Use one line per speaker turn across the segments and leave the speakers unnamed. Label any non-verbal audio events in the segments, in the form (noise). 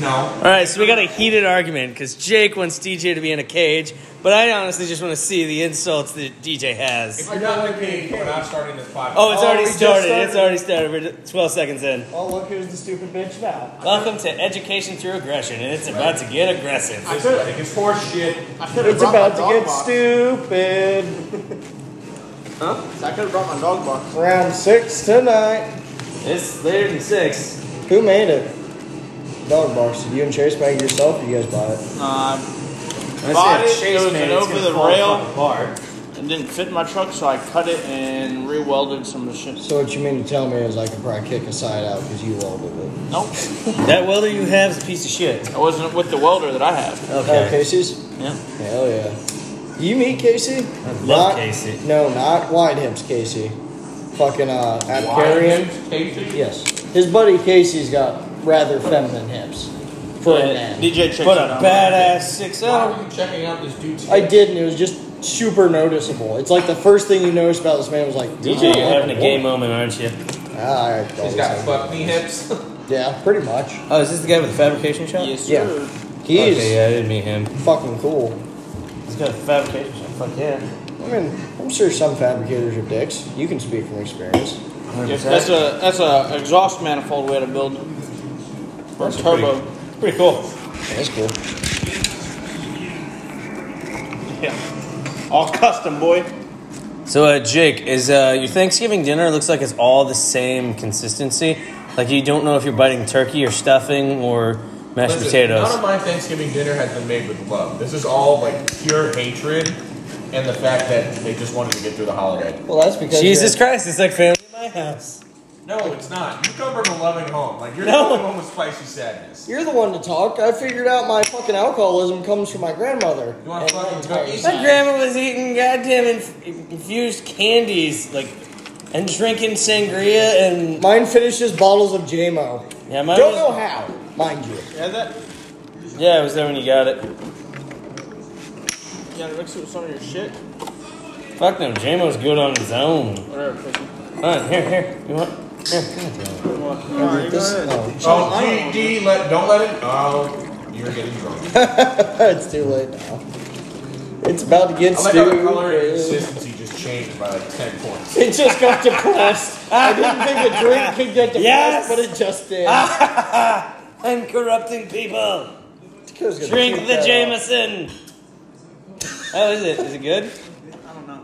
No.
All right, so we got a heated argument because Jake wants DJ to be in a cage, but I honestly just want to see the insults that DJ has.
If you're not with me, we're not starting this podcast.
Oh, it's
Oh,
already
we just
started. It's
started.
already started. We're d- 12 seconds in.
Oh, look who's the stupid
(laughs)
bitch now.
Welcome to Education Through Aggression, and it's about to get aggressive.
This is like it's horse shit.
I could have
It's
brought my
about to
dog
get
box.
stupid.
I could have brought my dog box.
Round six tonight.
It's later than 6.
Who made it? Dog box. Did you and Chase make it yourself? Or you guys buy it?
Uh,
I
Bought
said
it, it was
made
an
it's gonna
over the
fall
rail.
apart.
it didn't fit in my truck, so I cut it and re-welded some of the shit.
So what you mean to tell me is I could probably kick a side out because you all did it.
Nope,
That welder you have is a piece of shit.
I wasn't with the welder that I have.
Oh, Casey's?
Yeah.
Hell yeah. You meet Casey? I
love Casey.
No, not Wide Hips Casey. Fucking uh, Apicarian. Yes. His buddy Casey's got rather feminine hips for a man.
DJ checks
What
it
a
out.
badass oh.
Why
6-0.
are you checking out this dude's
I did, and it was just super noticeable. It's like the first thing you noticed about this man was like, Ah,
DJ, you're having a gay
game.
moment, aren't you?
He's got fuck me (laughs) hips.
Yeah, pretty much.
Oh, is this the guy with the fabrication shop?
Yes,
Yeah.
sir.
He is
Okay, yeah, I didn't meet him.
fucking cool.
He's got a fabrication shop. Fuck yeah.
I mean, I'm sure some fabricators are dicks. You can speak from experience.
Yes, that's a that's a exhaust manifold we had to build for a turbo.
Pretty cool.
That's cool.
Yeah, all custom, boy.
So, uh, Jake, is uh, your Thanksgiving dinner looks like it's all the same consistency? Like you don't know if you're biting turkey or stuffing or mashed
Listen,
potatoes.
None of my Thanksgiving dinner has been made with love. This is all like pure hatred and the fact that they just wanted to get through the holiday.
Well, that's because
Jesus
you're-
Christ, it's like family in my house.
No, it's not. You come from a loving home. Like you're
No.
the only one with spicy sadness.
You're the one to talk. I figured out my fucking alcoholism comes from my grandmother.
You want
And
fucking
my entire-
cookies?
My grandma was eating goddamn inf- infused candies, like, and drinking sangria and
Mine finishes bottles of JMO.
yeah, mine
Don't
was-
know how, mind you.
Yeah, that.
yeah, I was there when you got it.
Yeah, mix it with some of your shit.
Fuck no, JMO's good on his own.
Whatever. Chris.
Alright, here, here, you want?
You want- All right, you go
This-
ahead.
oh,
Oh, D, D, let don't let it. Oh, you're getting drunk.
it's too late now. It's about to get
I like how the color and
stupid.
consistency just changed by like ten points.
It just got depressed. I didn't think a drink could get depressed,
Yes!
but it just did.
(laughs) I'm corrupting people.
It was gonna
Drink
shoot
the
that off.
Jameson. How Oh, is it? Is it good?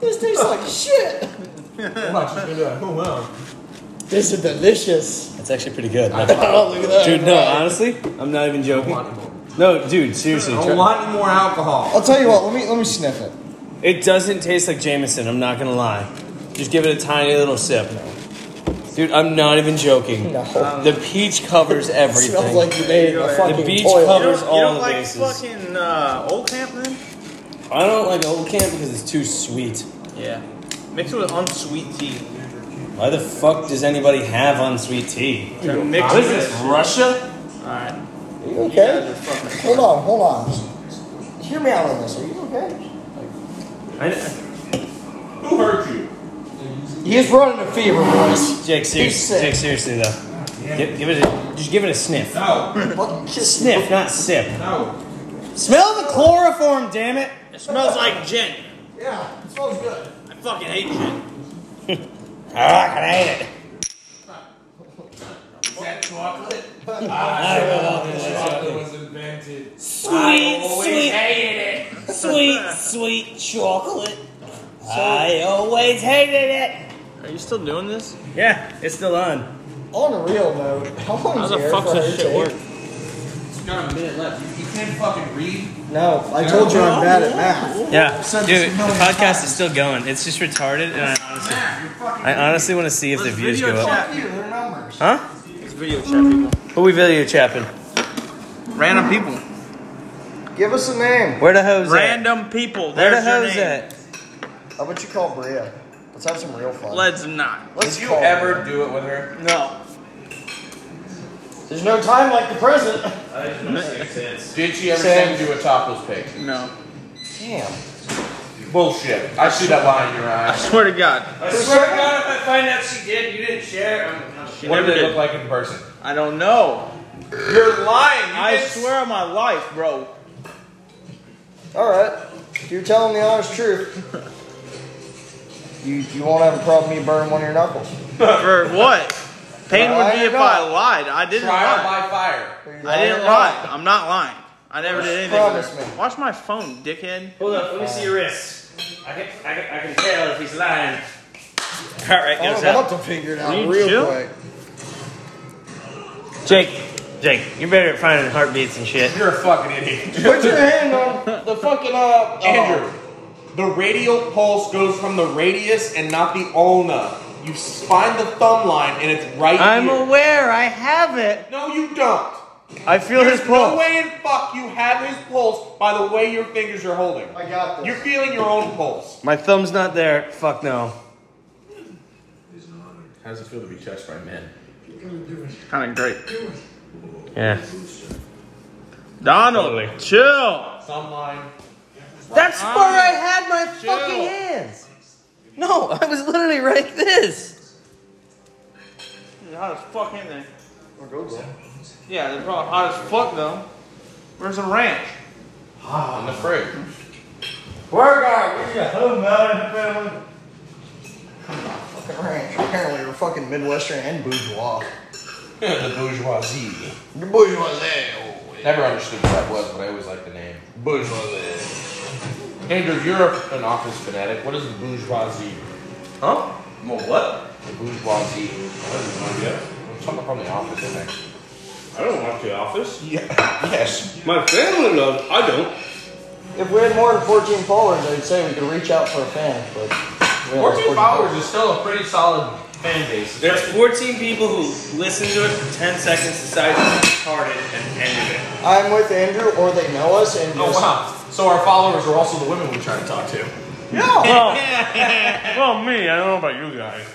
This tastes like shit.
Watch, she's gonna be like, oh well.
This is delicious.
It's actually pretty good.
Oh, look at
(laughs)
that.
Dude, no, honestly, I'm not even
I
joking.
want any more.
No, dude, seriously.
I
try-
want more alcohol.
I'll tell you what. Let me let me sniff it.
It doesn't taste like Jameson, I'm not gonna lie. Just give it a tiny little sip. Dude, I'm not even joking.
No.
The peach covers
it smells
everything.
like you made it in a
The
fucking
beach
toilet.
club- Covers all the bases.
fucking uh, old camp then?
I don't like old camp because it's too sweet.
Yeah. Mix it with unsweet tea.
Why the fuck does anybody have unsweet tea?
Dude, mix
What is this, Russia?
Alright.
Are you
You guys
okay?
are fucking.
Hold on, hold on. Hear me out on this. Are you okay?
I,
Who hurt you?
He is running a fever, boys.
Jake,
He's
seriously,
sick.
Jake, seriously though. Give, give it a, just give it a sniff.
No,
Fucking kiss me.
Sniff, not sip.
no.
Smell the chloroform, damn it!
It smells like gin.
Yeah, it smells good.
I fucking hate
(laughs)
gin.
Oh, I can hate it.
Is that chocolate?
Ah,
chocolate was invented.
Sweet,
always
sweet,
hated it.
sweet, sweet chocolate. I always hated it.
Are you still doing this?
Yeah, it's still on.
On a real note, how long
How
is
the
air
fuck's
fryer
that shit
take?
work?
You got a minute left. You can't fucking read.
No, I told you I'm bad at math.
Yeah,
said this
dude,
a
the
million
podcast is still going. It's just retarded, and I honestly, I honestly want to see if the
Let's
views go
video
up.
chat.
Fuck you, they're numbers.
Huh?
It's video chat, people.
Who we video chapping?
Random people.
Give us a name.
Where the hoes at?
Random people.
Where the
There's your
hoes
name.
at?
How about you call Bria? Let's have some real fun.
Let's not.
Let's
Did you
call
ever do it with her?
No.
her. There's no time like the present.
Did she ever
Sam.
send you a topless pic?
No.
Damn.
Bullshit. I see that line in your
I
eyes.
swear to God.
I swear to God, if I find out she did, you didn't share. I'm,
She
What
never
did they look
did.
like in person?
I don't know.
You're lying. You
I
didn't
swear on my life, bro.
All right, you're telling the honest truth. (laughs) You you won't have a problem me burning one of your knuckles.
For what? Pain would be if I lied. I didn't
Trial
lie.
by fire.
I didn't lie. I'm not lying. I never did anything.
Promise me.
Watch my phone, dickhead.
Hold up, let me see your wrist. I can, I can, I can tell if he's lying.
All right,
I'm
goes
about
out.
to figure it
Will
out
you
real
chill?
quick.
Jake,
Jake,
you're better at finding heartbeats and shit.
You're a fucking idiot.
Put your hand on the fucking uh. uh,
Andrew, the radial pulse goes from the radius and not the ulna. You s- find the thumb line and it's right
I'm
here.
aware. I have it.
no, you don't.
I feel his
There's no
pulse.
way in fuck you have his pulse by the way your fingers are holding.
I got this.
You're feeling your own pulse.
My thumb's not there. Fuck no.
How does it feel to be touched by men?
Kind of great.
Yeah.
Donald,
Totally.
chill.
Thumb line.
That's where I had my fucking hands. No, I was literally right this.
Hot as fuck in there.
Or go, go.
Yeah, they're probably hot as fuck though. Where's the ranch?
On the fridge.
Work out. Get your home out
Fucking ranch. Apparently, you're fucking Midwestern and bourgeois.
(laughs) the bourgeoisie.
You're bourgeoisie.
Never understood what that was, but I always liked the name. Bourgeoisie. Andrew, you're an office fanatic. What is the bourgeoisie?
Huh? Well, what?
The bourgeoisie. There's Something from the office in there.
I don't watch The
(laughs)
Office.
Yeah. Yes.
My family loves. I don't.
If we had more than 14 followers, I'd say we could reach out for a fan, but. we only have
14 followers is still a pretty solid fan base.
There's
14 people who listened to it for 10 seconds, decided to retarded, and ended it.
I'm with Andrew, or they know us and
Oh
just.
wow! So our followers are also the women we try to talk to.
Well, well, me. I don't know about you guys.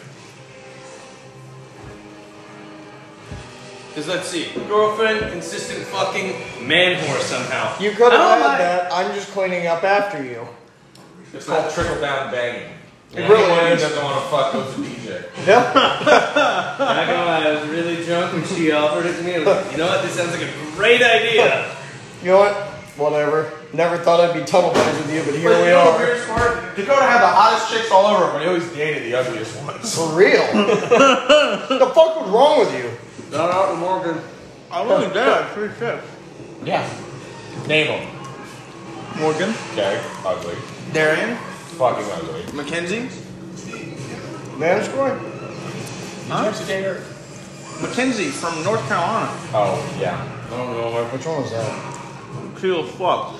Because let's see, girlfriend, consistent fucking man whore somehow.
You could have
Oh,
I
had
don't like-
that. I'm just cleaning up after you.
It's called trickle down banging.
It really
Anyone who
is.
doesn't want to fuck goes to DJ.
Yep.
Not gonna lie, I was really drunk when she offered it to me. I was like, you know what? This sounds like a great idea.
You know what? Whatever. Never thought I'd be tunnel buddies with you, but here
But
we
you know the
are.
weirdest part? Dakota had the hottest chicks all over, but he always dated the ugliest ones.
For real.
(laughs)
the fuck was wrong with you?
Not out in Morgan.
I wasn't dead. Pretty shit.
Yeah. Name them.
Morgan,
Derek, ugly.
Darian,
Fucking ugly.
Mackenzie.
Man score?
Huh? Mackenzie from North Carolina.
Oh yeah.
I don't know. Which one was that?
Cool as fuck.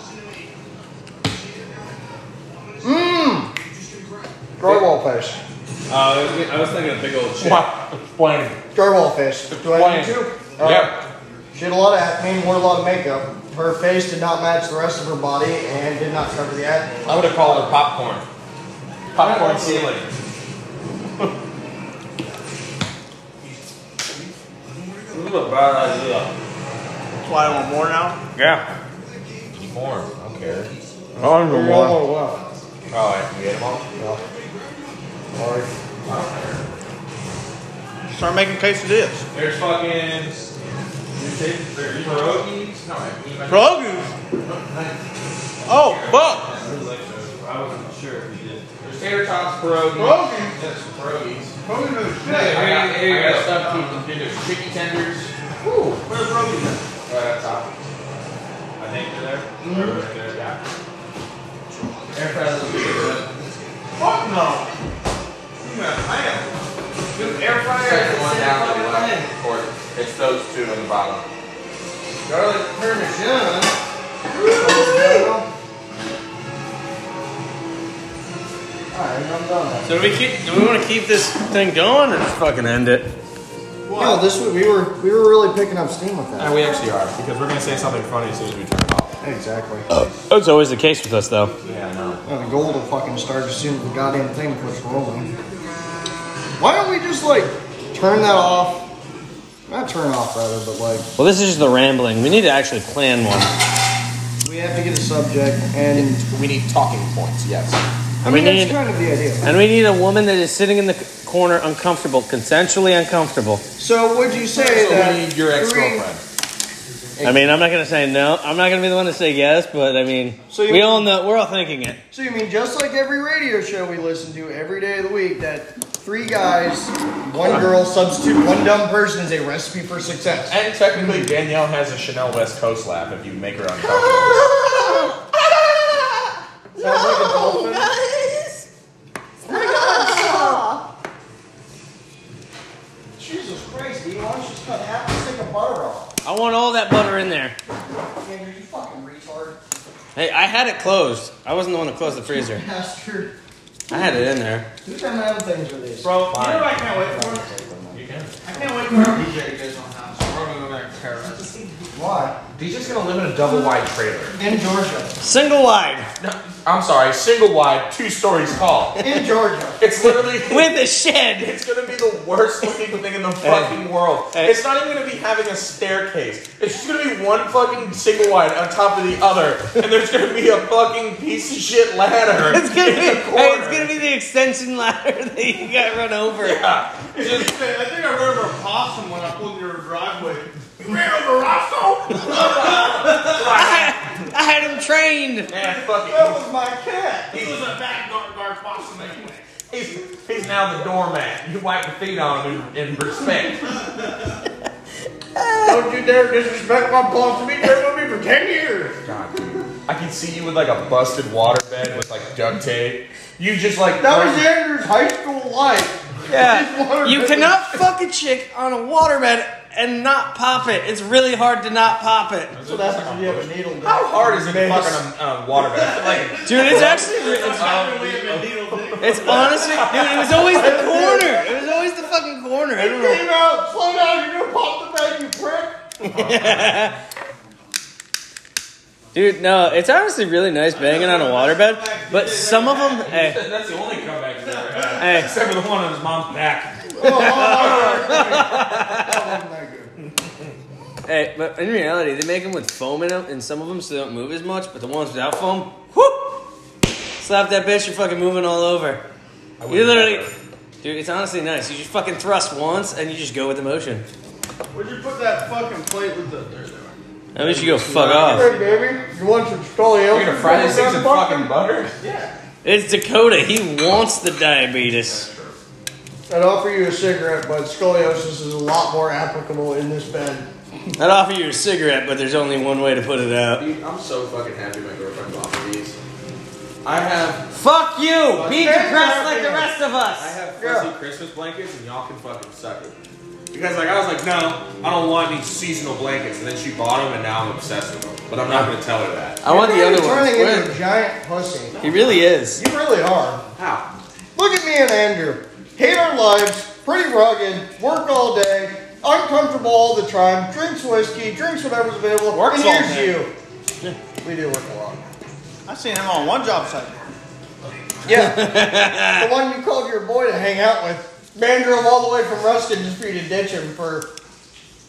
Garwall fish.
Uh, I, was, I was thinking a big old chick.
What? Explain.
Garwall fish. Do I need
Explain.
to? Alright.
Yeah.
She had a lot of acne, wore a lot of makeup. Her face did not match the rest of her body and did not cover the acne.
I would have called her popcorn. Popcorn ceiling.
This is a bad idea.
That's why I want more now.
Yeah.
Form. I don't care. Oh,
I don't
You're
know
Oh, all well.
All right. We ate them all.
No. Sorry.
Start making quesadillas.
There's fucking. There's pierogies. No, I mean, like-
Produce. Oh fuck.
I wasn't sure if you did.
There's tater tots, pierogies.
Produce.
There's pierogies.
Produce.
I
Shit.
got, I got stuff to There's chicken tenders. Ooh, where's Rogan? Right up top.
I think you're there. Right there, yeah.
Air fries is good.
Fuck no. You man, I
Dude, air fryer. Second one down to the left. Or it's those two in the bottom. Garlic parmesan.
Alright, I'm done.
So do we keep? Do we want to keep this thing going or just fucking end it?
No, this was, we were we were really picking up steam with that.
Uh, we actually are because we're gonna say something funny as soon as we turn it off.
Exactly.
Oh, it's always the case with us, though.
Yeah, no.
Now Uh, the goal to fucking start as soon as the goddamn thing quits rolling. Why don't we just like turn that off? Not turn off rather, but like
Well, this is just the rambling. We need to actually plan one.
we have to get a subject, and
We need talking points. Yes.
I mean that's kind of the idea.
and we need a woman that is sitting in the c- corner, uncomfortable, consensually uncomfortable.
So would you say
So we
that
need your
three-
ex-girlfriend.
I mean, I'm not gonna say no. I'm not gonna be the one to say yes, but I mean,
So you-
we all know we're all thinking it.
So you mean just like every radio show we listen to every day of the week, that three guys, one girl, substitute one dumb person is a recipe for success.
And technically, Danielle has a Chanel West Coast laugh if you make her uncomfortable.
Sounds like a dolphin.
guys.
Jesus Christ, Dean, why don't you just cut half the stick of butter off?
I want all that butter in there.
Andrew, you fucking retard.
Hey, I had it closed. I wasn't the one to close the freezer.
Bastard.
I had it in there.
Who's done them things with this?
Bro, you know what I can't wait for? I can't (laughs) wait for our DJ goes on house. We're gonna go back to Paris.
Why?
DJ's gonna live in a double wide trailer.
In Georgia.
Single wide
No, I'm sorry, single wide, two stories
(laughs)
tall.
In
(laughs)
Georgia.
It's literally.
with a shed. (laughs)
It's gonna be the worst looking thing in the fucking world.
Hey.
It's not even gonna be having a staircase. It's just gonna be one fucking single wide on top of the other, and there's gonna be a fucking piece of shit ladder. (laughs)
It's gonna be.
in the
Hey, it's
corner.
gonna be the extension ladder (laughs) that you got run over.
Yeah.
I think I ran over a possum when I pulled your driveway.
You ran over Roscoe?
I had him trained.
Yeah, fuck
was my cat.
He was a backyard possum anyway.
it. He's, he's now the doormat. You wipe your feet on him in, in respect. (laughs) Don't you dare disrespect my boss. You've been here with me for 10 years. God, dude. I can see you with like a busted waterbed with like duct tape. You just like.
That was Andrew's high school life.
Yeah. You cannot fuck a chick on a waterbed and not pop it. It's really hard to not pop it,
So that's because you have a needle.
How hard is it
Mace.
fucking uh, a, a waterbed? Like,
dude. It's actually. re- It's, it's honestly, dude. It was always the corner. It was always the fucking corner. I don't know.
Came out. Slow down. You're gonna pop the bag, you (laughs) prick.
Dude, no. It's honestly really nice banging on a waterbed, but some of them. Hey,
that's the only comeback he's ever had.
hey.
Except for the one on his mom's back.
Oh,
Hey, but in reality, they make them with foam in them, and some of them so they don't move as much. But the ones without foam, whoop! Slap that bitch, you're fucking moving all over. You literally, dude, it's honestly nice. You just fucking thrust once, and you just go with the motion.
Where'd you put that fucking plate with the? There, there.
I wish you go fuck
Oh.
off.
Hey, baby. You want some Stoli
You're gonna fry these things in fucking butter?
It's Dakota. He wants the diabetes.
I'd offer you a cigarette, but scoliosis is a lot more applicable in this bed.
I'd offer you a cigarette, but there's only one way to put it out.
Dude, I'm so fucking happy my girlfriend bought me these. I have
Fuck you! Be depressed like the rest of
I
us.
have fuzzy Christmas blankets and y'all can fucking suck it. Because like I was like, no, I don't want any seasonal blankets, and then she bought them, and now I'm obsessed with them. But I'm not gonna tell her that.
I want the
You're
other
turning into
one.
a giant pussy.
He really is.
You really are.
How?
Look at me and Andrew. Hate our lives, pretty rugged, work all day, uncomfortable all the time, drinks whiskey, drinks whatever's available,
Works
and
all
here's
day.
you. We do work a lot.
I seen him on one job site.
Yeah. the one you called your boy to hang out with. Man drove all the way from Ruston just for you to ditch him for,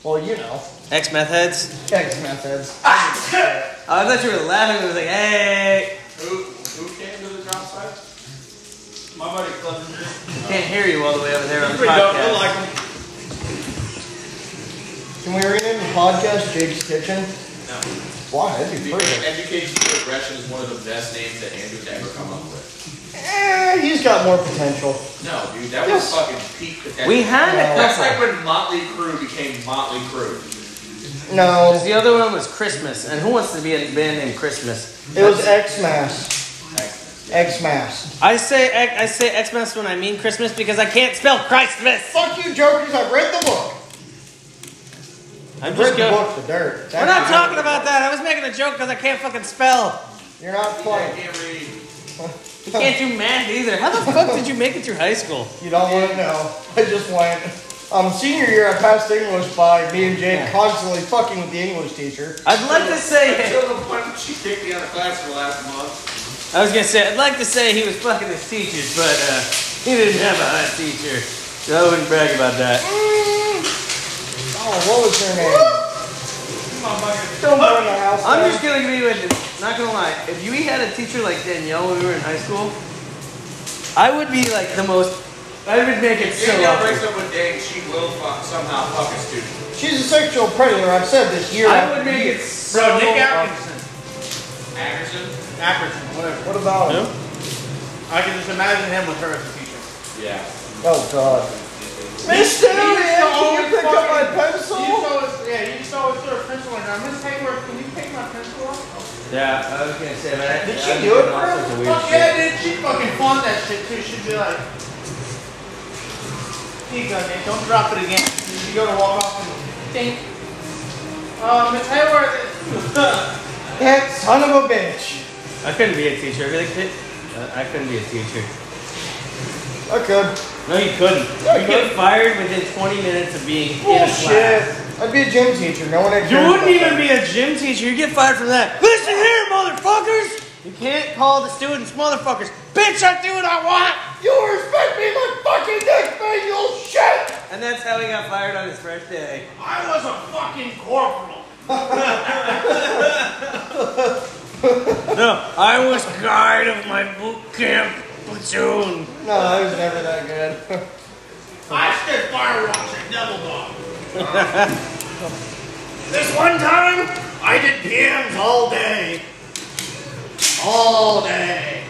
well, you know,
Ex meth heads.
text methods.
Oh, I thought you were laughing. I was like, hey,
Who who came to the job site?
My buddy Clevenger.
can't hear you all the way over there on the
Pretty dope. I
podcast.
like him.
Can we rename the podcast Jake's Kitchen?
No.
Why? That'd be
Because
perfect.
education through aggression is one of the best names that Andrew's ever come up with.
Eh, he's got more potential.
No, dude, that
Yes.
was fucking peak potential.
We had a
That's
couple.
like when Motley Crue became Motley Crue.
No,
'Cause The other one was Christmas, and who wants to be in a band named Christmas?
it was Xmas. Xmas.
I say I say Xmas when I mean Christmas because I can't spell Christmas.
Fuck you, jokers. I've read the book.
I'm
I've read
just
the
going.
book, The Dirt.
We're not talking about that. I was making a joke because I can't fucking spell.
You're not
I
funny.
can't read.
You can't do math either. How the fuck did you make it through high school?
You don't want to know. I just went. Um, senior year, I passed English by me and Jake constantly fucking with the English teacher.
I'd like to say
Until the point when she kicked me out of class for the last month.
I was gonna say I'd like to say he was fucking his teachers, but uh, he didn't have a hot teacher, so I wouldn't brag about that.
Oh, what was her name? Don't burn the house
I'm
down.
just gonna be with you. Not gonna lie, if you had a teacher like Danielle when we were in high school, I would be like the most. I would make it so
Danielle breaks
awkward.
up with Dan, she will fuck, somehow fuck a student.
She's a sexual predator. I've said this year.
I would make it so.
Bro, Nick Atkinson.
Atkinson?
Atkinson, whatever.
What about?
I can just imagine him with her as a teacher.
Yeah.
Oh God. Miss
He's the only fucking-
pencil?
You just always, yeah, you just always threw a pencil in. I'm gonna take her. Can you take my pencil off?
Yeah, I was gonna say that.
Did she do it, bro?
Fuck yeah, dude. She fucking fought that shit too. She'd be like, "Here you go, Nick. Don't drop it again." You go to walk off and think.
Um,
Uh, Miss
(laughs)
Hayward.
That son of a bitch.
I couldn't be a teacher. I really could. uh, I couldn't be a teacher.
Okay.
No, you couldn't.
Yeah, I
you get fired within 20 minutes of being in a
Bullshit.
class.
I'd be a gym teacher. No one.
Oh, You wouldn't even be a gym teacher. You get fired from that. Listen here, motherfuckers. You can't call the students motherfuckers. Bitch, I do what I want.
You respect me like fucking dick, man. You little shit.
And that's how he got fired on his first day.
I was a fucking corporal.
No, I was guide of my boot camp platoon.
No, I was never that good. (laughs)
I stood firewatch at Devil Dog.
(laughs) This one time, I did PMs all day. All day.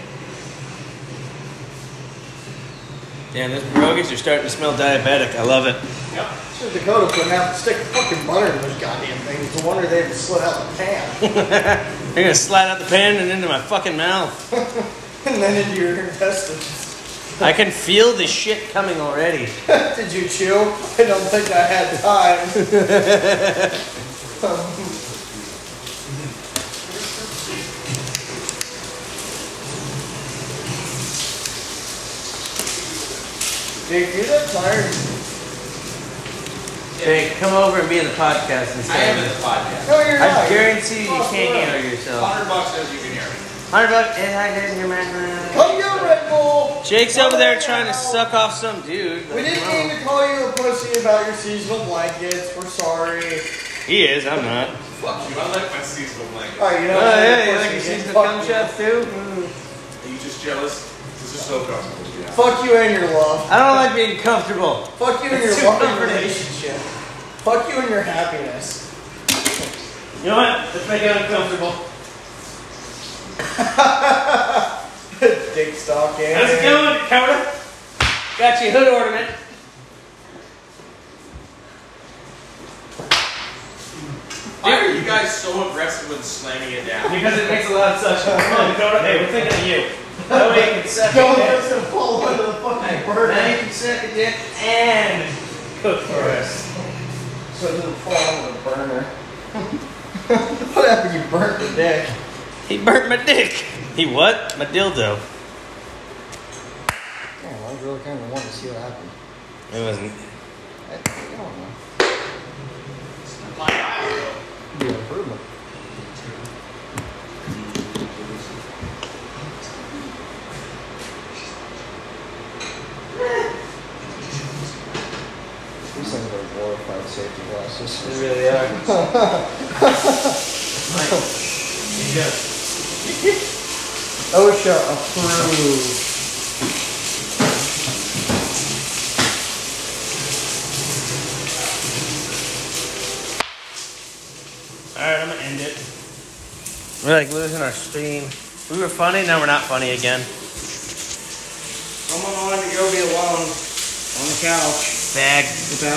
Damn, those pierogies are starting to smell diabetic. I love it.
Should Dakota putting out stick fucking butter in those goddamn things. No wonder they haven't slid out the pan. (laughs)
They're gonna slide out the pan and into my fucking mouth.
and then into (laughs) your intestines.
I can feel the shit coming already.
Did you chew? I don't think I had time. Dude, you're that tired.
Hey, come over and be in the podcast
I am in
instead.
this podcast.
No, you're
I
not.
guarantee you can't handle yourself.
100 bucks says you can hear me.
Hundred bucks, and I didn't hear my-
Come here, Oh, Red Bull.
Jake's over there trying to suck off some dude.
We didn't mean to call you a pussy about your seasonal blankets. We're sorry.
He is. I'm not.
Fuck you. I like my seasonal blanket.
Alright, you know
Oh
what?
yeah,
You're
you
a
like
pussy
your
again.
season of
Fuck
cum
you.
shots too?
Are you just jealous? This is so comfortable. Yeah.
Fuck you and your love.
I don't like being comfortable.
Fuck you and your
It's too
fucking
comforting.
relationship. Fuck you and your happiness.
You know what? Let's make it uncomfortable.
Dick stocking.
How's it going, Dakota? Got your hood ornament.
Why are you guys so aggressive when slamming it down?
Because it makes a lot of suction. Come on, Dakota. Hey, we're thinking of you. That way (laughs) you can suck
Go
it
with
down.
us and fall under the fucking
Now
burden.
you can suck it down and cook for us.
So it doesn't fall under the burner. (laughs) what happened? You burnt the dick.
He burnt my dick. He what? My dildo.
Damn, Oh, I was really kind of wanting to see what happened.
It wasn't.
I, I don't know.
Like, I
Be an improvement. These things are glorified safety glasses.
They really are.
OSHA approved.
Alright, I'm gonna end it. We're like losing our steam. We were funny, now we're not funny again.
Someone wanted to go be alone on the couch.
Bag.